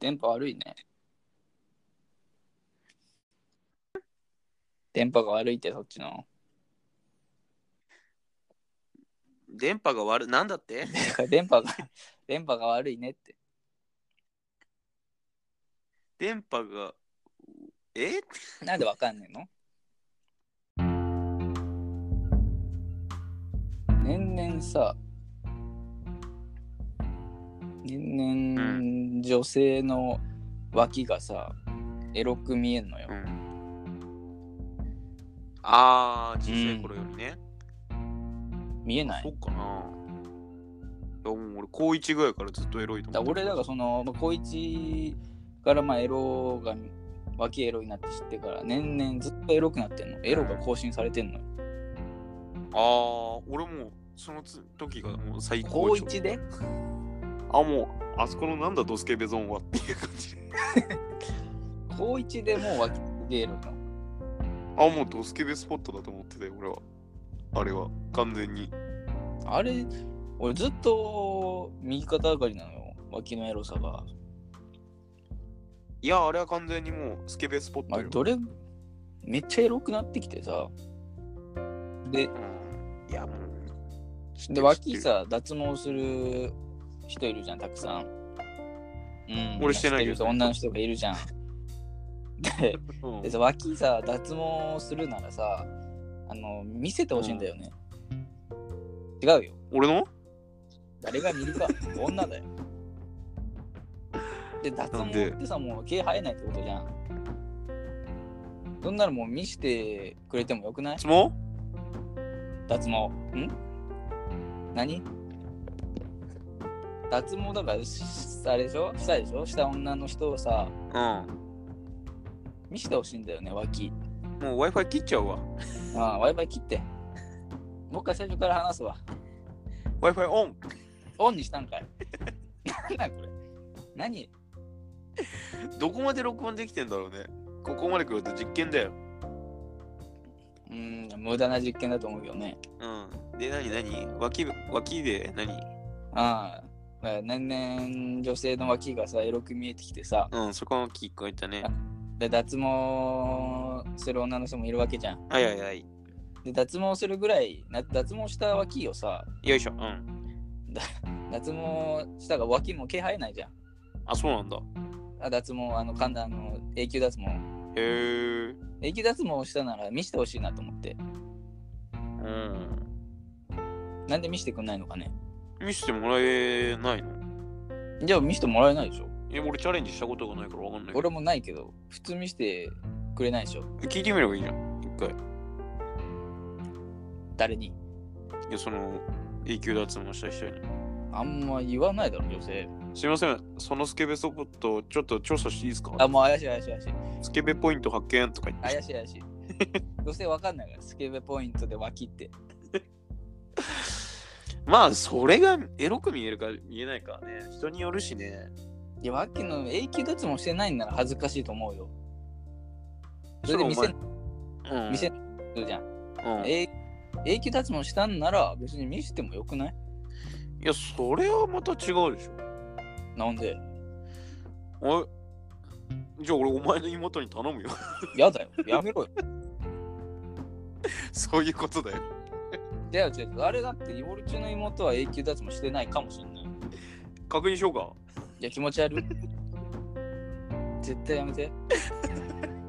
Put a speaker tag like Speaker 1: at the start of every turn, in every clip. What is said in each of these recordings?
Speaker 1: 電波悪いね。電波が悪いってそっちの。
Speaker 2: 電波が悪い。なんだっ
Speaker 1: だ
Speaker 2: て
Speaker 1: から電波が、 電波が悪いねって。
Speaker 2: 電波が。え
Speaker 1: なんでわかんねえの年々さ、年々女性の脇がさ、エロく見えんのよ。
Speaker 2: うん。ああ、小さい頃よりね。
Speaker 1: 見えない
Speaker 2: そっかな。いやもう俺、高一ぐらいからずっとエロいと思
Speaker 1: だ
Speaker 2: って
Speaker 1: 俺だからその、まあ、高一からまあエロが脇エロになって知ってから年々ずっとエロくなってんのエロが更新されてんの
Speaker 2: ああ、俺もうそのつ時がもう最高
Speaker 1: 高
Speaker 2: 潮
Speaker 1: 一で
Speaker 2: あ、もう、あそこのなんだドスケベゾーンはっていう感じ。
Speaker 1: 高一でもう脇でエロなの
Speaker 2: あ、もうドスケベスポットだと思ってたよ、俺は。あれは、完全に。
Speaker 1: あれ俺ずっと右肩上がりなのよ脇のエロさが、
Speaker 2: いや、あれは完全にもうスケベスポッ
Speaker 1: ま
Speaker 2: ト
Speaker 1: あ、
Speaker 2: よ。
Speaker 1: どれめっちゃエロくなってきてさで
Speaker 2: うんいや、もう。知って
Speaker 1: で
Speaker 2: る
Speaker 1: 脇。さ脱毛する人いるじゃんたくさん、うん、
Speaker 2: 俺してないけ
Speaker 1: 知っ
Speaker 2: ど
Speaker 1: 人女の人がいるじゃんで
Speaker 2: 知ってるうん
Speaker 1: でさ脇さ脱毛するならさあの見せてほしいんだよね、違うよ
Speaker 2: 俺の
Speaker 1: 誰が見るか女だよで脱
Speaker 2: な
Speaker 1: 毛
Speaker 2: んで
Speaker 1: ってさもう毛生えないってことじゃんそんなのもう見せてくれてもよくない
Speaker 2: つも
Speaker 1: 脱毛ん何脱毛だからしあれでしょしたでしょした女の人をさ
Speaker 2: うん。
Speaker 1: 見せてほしいんだよね脇
Speaker 2: もう Wi-Fi 切っちゃうわ。
Speaker 1: ああ w i f i 切ってもう一回最初から話すわ
Speaker 2: Wi-Fi オン
Speaker 1: オンにしたんかい。なんだこれ。何
Speaker 2: どこまで録音できてんだろうね。ここまで来ると実験だよ。
Speaker 1: うーん、無駄な実験だと思うけどね。
Speaker 2: うん。で、何何脇、脇で何
Speaker 1: ああ、まあ年々女性の脇がさ、エロく見えてきてさ、
Speaker 2: うん、そこの聞こえたね。
Speaker 1: で脱毛する女の人もいるわけじゃん。
Speaker 2: はいはいはい。
Speaker 1: で、脱毛するぐらい、な脱毛した脇をさ、
Speaker 2: よいしょ。うん。
Speaker 1: 脱毛したが脇も毛生えないじゃん。
Speaker 2: あ、そうなんだ。
Speaker 1: あ脱毛、あの、神田の永久脱毛。
Speaker 2: へえ。
Speaker 1: 永久脱毛したなら見せてほしいなと思って。
Speaker 2: うん。
Speaker 1: なんで見せてくんないのかね。
Speaker 2: 見せてもらえないの
Speaker 1: じゃあ見せてもらえないでしょ。
Speaker 2: え、俺チャレンジしたことがないからわかんないけど。
Speaker 1: 俺もないけど、普通見せてくれないでしょ。
Speaker 2: 聞いてみればいいじゃん。一回。い
Speaker 1: 誰に
Speaker 2: や、その、永久脱毛した人に。
Speaker 1: あんま言わないだろ、女性。
Speaker 2: すいません、そのスケベソポット、ちょっと調査していいですか
Speaker 1: あ、もう怪しい怪しい怪しい。
Speaker 2: スケベポイント発見とか言って。
Speaker 1: 怪しい怪しい。 女性わかんないから、スケベポイントで脇って。
Speaker 2: まあ、それがエロく見えるか見えないかはね。人によるしね。
Speaker 1: いや、脇の永久脱毛してないんなら恥ずかしいと思うよ。それで見せ
Speaker 2: それ、うん。
Speaker 1: 見せるじゃん。
Speaker 2: うん、い
Speaker 1: 永永久脱毛したんなら別に見せてもよくない
Speaker 2: や、それはまた違うでし
Speaker 1: なんで
Speaker 2: ょ。えじゃあ俺、お前の妹に頼むよ。
Speaker 1: やだよ。やめろよ。
Speaker 2: そういうことだよ。
Speaker 1: だよ、違う違う。あれだって、イオルチの妹は永久脱毛してないかもしんない。
Speaker 2: 確認しようか。
Speaker 1: いや、気持ち悪い。絶対やめて。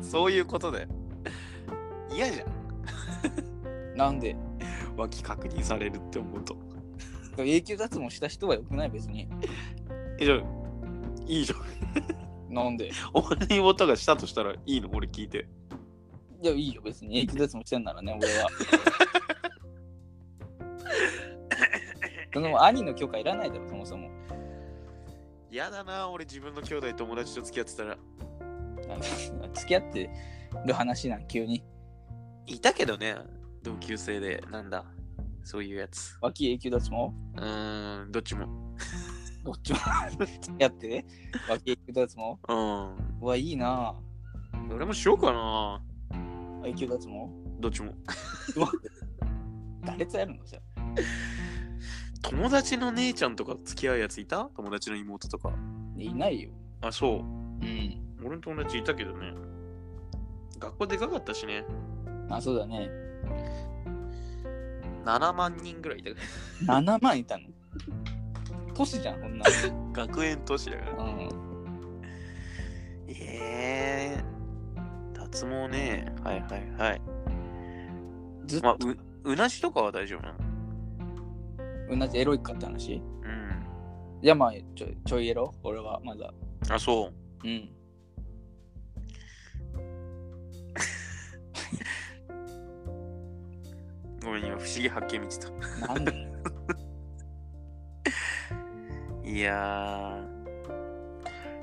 Speaker 2: そういうことだよ。嫌じゃん。
Speaker 1: なんで
Speaker 2: 脇確認されるって思うと。
Speaker 1: 永久脱毛した人はよくない別に。
Speaker 2: え、じゃあ、いいじゃん。
Speaker 1: なんで
Speaker 2: お前の妹がしたとしたらいいの俺聞いて。
Speaker 1: いや、いいよ、別に。永久脱毛してんならね、俺は。その兄の許可いらないだろ、そもそも。
Speaker 2: 嫌だな、俺自分の兄弟友達と付き合ってたら。
Speaker 1: 付き合ってる話なん、急に。
Speaker 2: いたけどね、同級生で、なんだ、そういうやつ。
Speaker 1: 脇永久脱毛
Speaker 2: うーん、どっちも。
Speaker 1: どっちも 付き合って、ね、脇永久脱毛
Speaker 2: うん。
Speaker 1: うわ、いいな
Speaker 2: 俺もしようかな、
Speaker 1: ぁ。永久脱毛
Speaker 2: どっちも。
Speaker 1: 誰とやるのじゃ
Speaker 2: 友達の姉ちゃんとか付き合うやついた友達の妹とか。
Speaker 1: いないよ。
Speaker 2: あ、そう。
Speaker 1: うん。
Speaker 2: 俺の友達いたけどね。学校でかかったしね。
Speaker 1: あ、そうだね。
Speaker 2: 7万人ぐらいいたか
Speaker 1: 7万いたの。都市じゃん、こんな
Speaker 2: ら。学園都市だから。
Speaker 1: の。うん。
Speaker 2: ええ脱毛ね。はいはいはい。
Speaker 1: ずっ
Speaker 2: まあ
Speaker 1: と、
Speaker 2: う、うなじとかは大丈夫なの
Speaker 1: 同じエロいかって話。い
Speaker 2: うん。
Speaker 1: や、まあ、ちょいちょいエロ俺はまだ。
Speaker 2: あ、そう。
Speaker 1: うん。
Speaker 2: ごめん、今、不思議発見見て
Speaker 1: な
Speaker 2: た。
Speaker 1: んで
Speaker 2: いや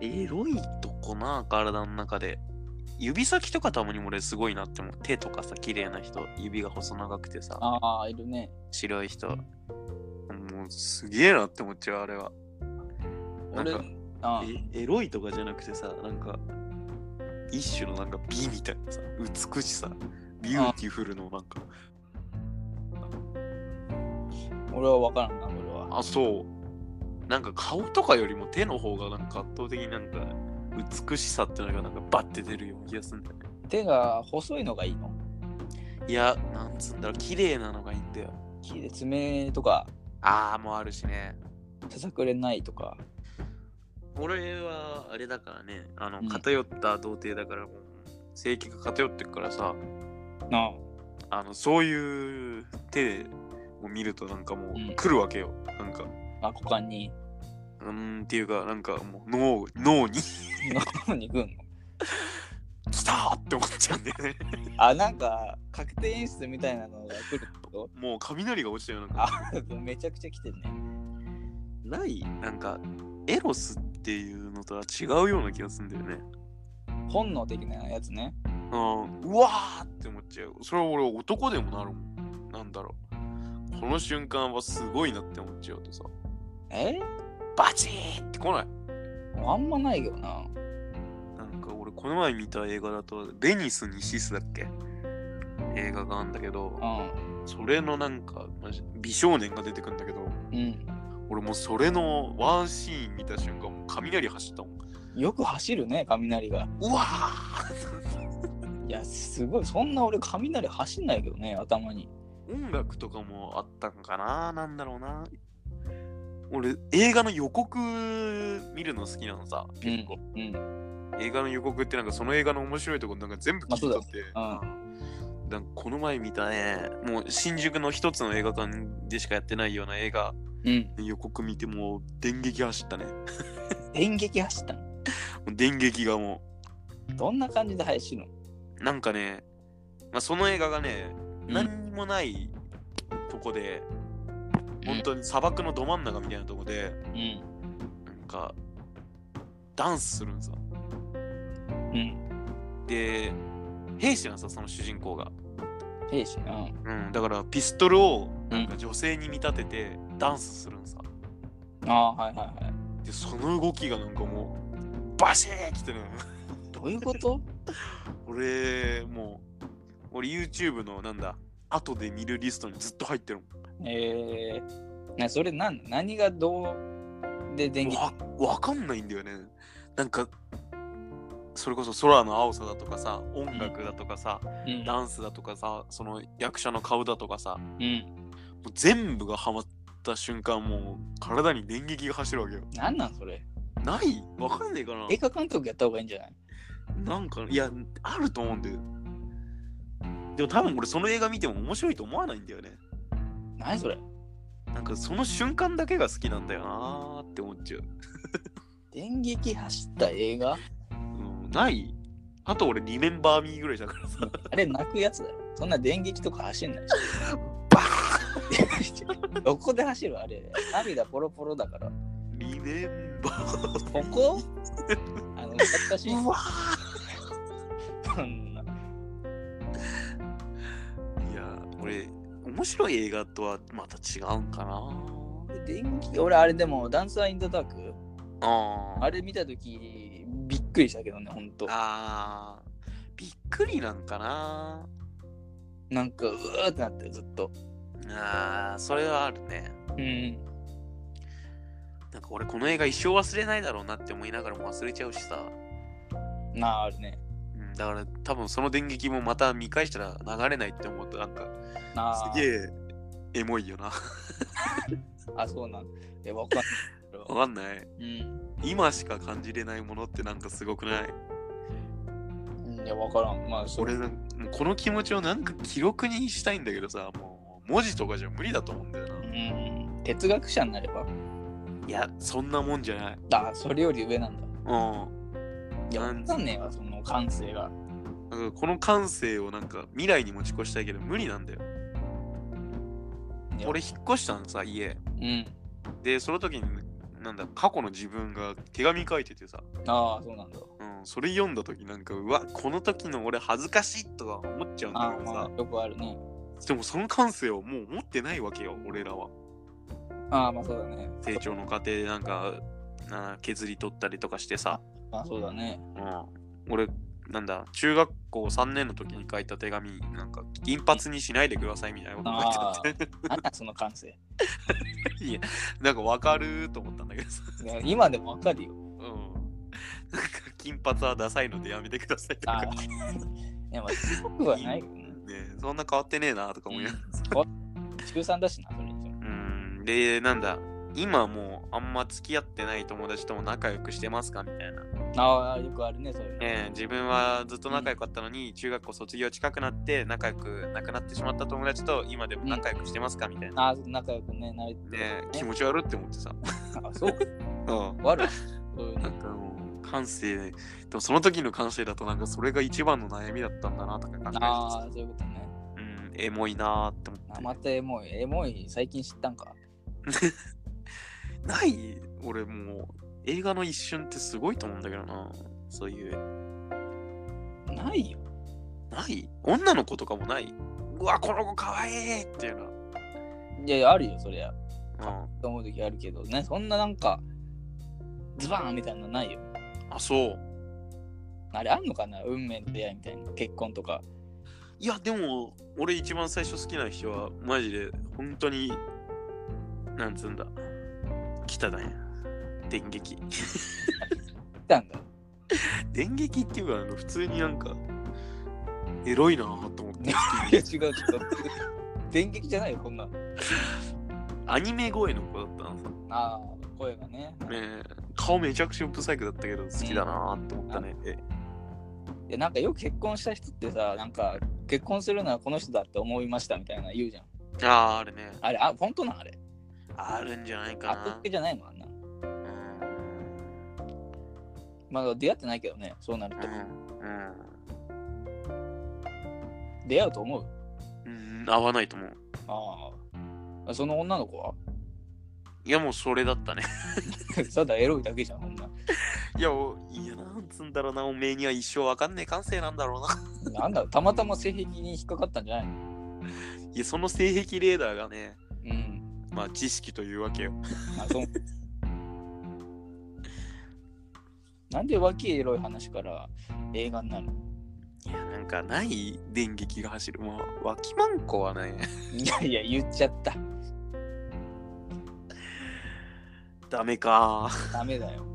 Speaker 2: ー、エロいとこな、体の中で。指先とかたまに俺すごいなって思う。手とかさ、綺麗な人、指が細長くてさ、
Speaker 1: ああ、いるね。
Speaker 2: 白い人。もうすげえなって思っちゃう、あれは。なん
Speaker 1: 俺
Speaker 2: か、
Speaker 1: あ
Speaker 2: えエロいとかじゃなくてさ、なんか、一種のなんか美みたいなさ、美しさ、ビューティフルのなんか。
Speaker 1: 俺は分からんな、俺は。
Speaker 2: あ、そう。なんか顔とかよりも手の方がなんか圧倒的になんか美しさっていうのがなんかバッて出るような気がするんだよね。
Speaker 1: 手が細いのがいいの
Speaker 2: いや、なんつうんだろう、綺麗なのがいいんだよ。
Speaker 1: 木で爪とか、
Speaker 2: ああ、もうあるしね。
Speaker 1: ささくれないとか。
Speaker 2: 俺はあれだからね、あの
Speaker 1: うん
Speaker 2: 偏った童貞だからもう、性格が偏ってるからさ、
Speaker 1: なあ。
Speaker 2: あのそういう手を見るとなんかも
Speaker 1: うん
Speaker 2: う来るわけよ。なんか、
Speaker 1: あ、股間に。
Speaker 2: うーんっていうか、なんかもう脳脳に
Speaker 1: 脳に行くんの。
Speaker 2: 来たーって思っちゃうんだよね。
Speaker 1: あ、なんか、確定演出みたいなのが来るってこ
Speaker 2: もう雷が落ちたよ。なんか
Speaker 1: あ とめちゃくちゃ来てるね。
Speaker 2: ないなんかエロスっていうのとは違うような気がするんだよね。
Speaker 1: 本能的なやつね。
Speaker 2: うん、うわーって思っちゃう。それは俺男でもなるもん。なんだろう。この瞬間はすごいなって思っちゃうとさ、
Speaker 1: え
Speaker 2: バチーって来ない。
Speaker 1: あんまないけどな。
Speaker 2: なんか俺この前見た映画だと、ベニスにシスだっけ映画があるんだけど、それのなんかマジ美少年が出てくんだけど、
Speaker 1: うん。うん。
Speaker 2: 俺もうそれのワンシーン見た瞬間、もう雷走ったもん。
Speaker 1: よく走るね、雷が。
Speaker 2: うわー
Speaker 1: いや、すごい。そんな俺、雷走んないけどね、頭に。
Speaker 2: 音楽とかもあったんかななんだろうな俺映画の予告見るの好きなのさ結構、
Speaker 1: うん。
Speaker 2: 映画の予告ってなんかその映画の面白いとこなんか全部聞いとって、
Speaker 1: まあ
Speaker 2: なんかこの前見たねもう新宿の一つの映画館でしかやってないような映画
Speaker 1: うん。
Speaker 2: 予告見てもう電撃走ったねも
Speaker 1: 電撃走ったの。
Speaker 2: う電撃がも
Speaker 1: どんな感じで走るの
Speaker 2: うなんかね、まあ、その映画がね、
Speaker 1: うん
Speaker 2: 何にもないとこで本当に砂漠のど真ん中みたいなとこで、
Speaker 1: うん。
Speaker 2: なんかダンスするんさ
Speaker 1: うん。
Speaker 2: で兵士なんさその主人公が、
Speaker 1: 兵士。うん。
Speaker 2: うん、だからピストルをなんか女性に見立ててダンスするんさ
Speaker 1: ああ、はいはいはい。
Speaker 2: でその動きがなんかもうバシーきてね
Speaker 1: どういうこと
Speaker 2: 俺もう俺 YouTube のなんだ後で見るリストにずっと入ってるもん
Speaker 1: えー、なそれ何何がどうで電気
Speaker 2: わわかんないんだよねなんかそれこそ空の青さだとかさ音楽だとかさ、
Speaker 1: うん
Speaker 2: ダンスだとかさその役者の顔だとかさ
Speaker 1: うん、
Speaker 2: もう全部がハマった瞬間もう体に電撃が走るわけよ
Speaker 1: 何なんそれ
Speaker 2: ないわかんねえか
Speaker 1: 映画監督やった方がいいんじゃない
Speaker 2: ななんかいやあると思うんだよでも多分俺その映画見ても面白いと思わないんだよね
Speaker 1: 何それ
Speaker 2: なんかその瞬間だけが好きなんだよなーって思っちゃう、
Speaker 1: 電撃走った映画
Speaker 2: うん、ないあと俺リメンバーミーぐらいだからさ
Speaker 1: あれ泣くやつだよそんな電撃とか走んない
Speaker 2: バ
Speaker 1: し どこで走るあれ涙ポロポロだから
Speaker 2: リメンバ
Speaker 1: こ
Speaker 2: ー
Speaker 1: こあの懐かしい
Speaker 2: わ
Speaker 1: そんな
Speaker 2: ーいや俺面白い映画とはまた違うんかな
Speaker 1: 電撃俺あれでもダンサーインザダーク
Speaker 2: あー
Speaker 1: あれ見た時びっくりしたけどねほんと
Speaker 2: あーびっくりなんかな
Speaker 1: なんかうーってなってずっと
Speaker 2: ああ、それはあるね。
Speaker 1: うん
Speaker 2: なんか俺この映画一生忘れないだろうなって思いながらも忘れちゃうしさ、
Speaker 1: なあ、あるね。
Speaker 2: うん、だから多分その電撃もまた見返したら流れないって思うとなんか
Speaker 1: なあ、
Speaker 2: すげえエモいよな
Speaker 1: あ、そうなんえ、わかん
Speaker 2: わかんない
Speaker 1: ない。うん
Speaker 2: 今しか感じれないものってなんかすごくない
Speaker 1: うん。いや、わからん。まあ、それ
Speaker 2: 俺。なんもうこの気持ちをなんか記録にしたいんだけどさもう文字とかじゃ無理だと思うんだよな
Speaker 1: うん。哲学者になれば、
Speaker 2: いやそんなもんじゃない
Speaker 1: あ、それより上なんだ。
Speaker 2: うん
Speaker 1: いや、
Speaker 2: な
Speaker 1: わ
Speaker 2: ん
Speaker 1: かんねえわ、その感性が。
Speaker 2: だからこの感性をなんか未来に持ち越したいけど無理なんだよ
Speaker 1: いや
Speaker 2: 俺、引っ越したのさ家
Speaker 1: うん。
Speaker 2: でその時になんだ過去の自分が手紙書いててさ、
Speaker 1: ああ、そうなんだ。
Speaker 2: うん、それ読んだ時なんかうわこの時の俺恥ずかしいとか思っちゃうん
Speaker 1: あ
Speaker 2: だ
Speaker 1: あ、
Speaker 2: けど
Speaker 1: ま
Speaker 2: さ
Speaker 1: あ、よくあるね。
Speaker 2: でもその感性をもう持ってないわけよ俺らは
Speaker 1: ああ、まあそうだね。
Speaker 2: 成長の過程でなんかな削り取ったりとかしてさ、
Speaker 1: まあそうだね。
Speaker 2: うん、俺なんだ中学校3年の時に書いた手紙なんか銀髪にしないでくださいみたいなこと書いて
Speaker 1: ああ。
Speaker 2: あ って
Speaker 1: なんだその感性。
Speaker 2: いや、なんかわかると思ったんだけどさ。
Speaker 1: いや今でもわかるよ。
Speaker 2: うん。なんか金髪はダサいのでやめてくださいと
Speaker 1: あ
Speaker 2: か
Speaker 1: あ。。いや、まあ、すごくはないけどね。
Speaker 2: ねそんな変わってねえなとか
Speaker 1: う
Speaker 2: 思
Speaker 1: ん
Speaker 2: いながら。
Speaker 1: 中3だしな、それ以上。
Speaker 2: うん。で、なんだ、今もうあんま付き合ってない友達とも仲良くしてますかみたいな。ね
Speaker 1: ああ、よくあるね、そういうの。
Speaker 2: え自分はずっと仲良かったのに、中学校卒業近くなって仲良くなくなってしまった友達と今でも仲良くしてますかみたいな。
Speaker 1: ああ、仲良くね、なれて
Speaker 2: ねえ気持ち悪って思ってさ。
Speaker 1: ああ、そうか。
Speaker 2: うん。
Speaker 1: 悪い。そういう
Speaker 2: な
Speaker 1: の
Speaker 2: んかもう感性でもその時の感性だとなんかそれが一番の悩みだったんだなとか考えて
Speaker 1: あ
Speaker 2: さ
Speaker 1: あ、そういうことね。
Speaker 2: うんエモいなーって思
Speaker 1: あ
Speaker 2: っ
Speaker 1: ま
Speaker 2: て
Speaker 1: たエモい。エモい、最近知ったんか。
Speaker 2: ない俺もう映画の一瞬ってすごいと思うんだけどなそういう
Speaker 1: ないよ。
Speaker 2: ない女の子とかもないうわこの子かわいいっていうの
Speaker 1: いやいや、あるよ、そりゃ。
Speaker 2: は、
Speaker 1: と思う時あるけどね、そんななんか、ズバーンみたいなのないよ。
Speaker 2: うん、あそう
Speaker 1: あれあんのかな運命の出会いみたいな。結婚とか。
Speaker 2: いやでも俺一番最初好きな人はマジで本当になんつうんだ来ただね電撃
Speaker 1: 来たんだ。
Speaker 2: 電撃っていうかなんか普通になんかエロいなぁと思っ
Speaker 1: い
Speaker 2: て
Speaker 1: や違う、ちょっと。 電撃じゃないよ、こんなの。
Speaker 2: アニメ声の子だったのさ、
Speaker 1: ああ、声がね。
Speaker 2: ねえ、顔めちゃくちゃブサイクだったけど好きだなぁって思ったね、え
Speaker 1: いやなんかよく結婚した人ってさ、なんか結婚するのはこの人だって思いましたみたいな言うじゃん。
Speaker 2: あーあるね
Speaker 1: あれ、あ、本当なんあれ。
Speaker 2: あるんじゃないか
Speaker 1: 後
Speaker 2: な
Speaker 1: 付けじゃないのあんな。
Speaker 2: うん
Speaker 1: まあ出会ってないけどね、そうなる
Speaker 2: う
Speaker 1: と。
Speaker 2: ん
Speaker 1: 出会うと思う。
Speaker 2: うん、うん、合わないと思う
Speaker 1: ああ。その女の子は
Speaker 2: いやもうそれだったね
Speaker 1: ただエロいだけじゃん、ほんな。
Speaker 2: いやおいやなんつうんだろうなおめえには一生わかんねえ感性なんだろうな
Speaker 1: なんだろう、たまたま性癖に引っかかったんじゃないの
Speaker 2: いやその性癖レーダーがね
Speaker 1: うん。
Speaker 2: まあ知識というわけよ
Speaker 1: あ、そう。なんで脇エロい話から映画になるの
Speaker 2: いやなんかない電撃が走るまあ脇まんこはね
Speaker 1: いやいや、言っちゃった。
Speaker 2: ダメか
Speaker 1: ダメだよ。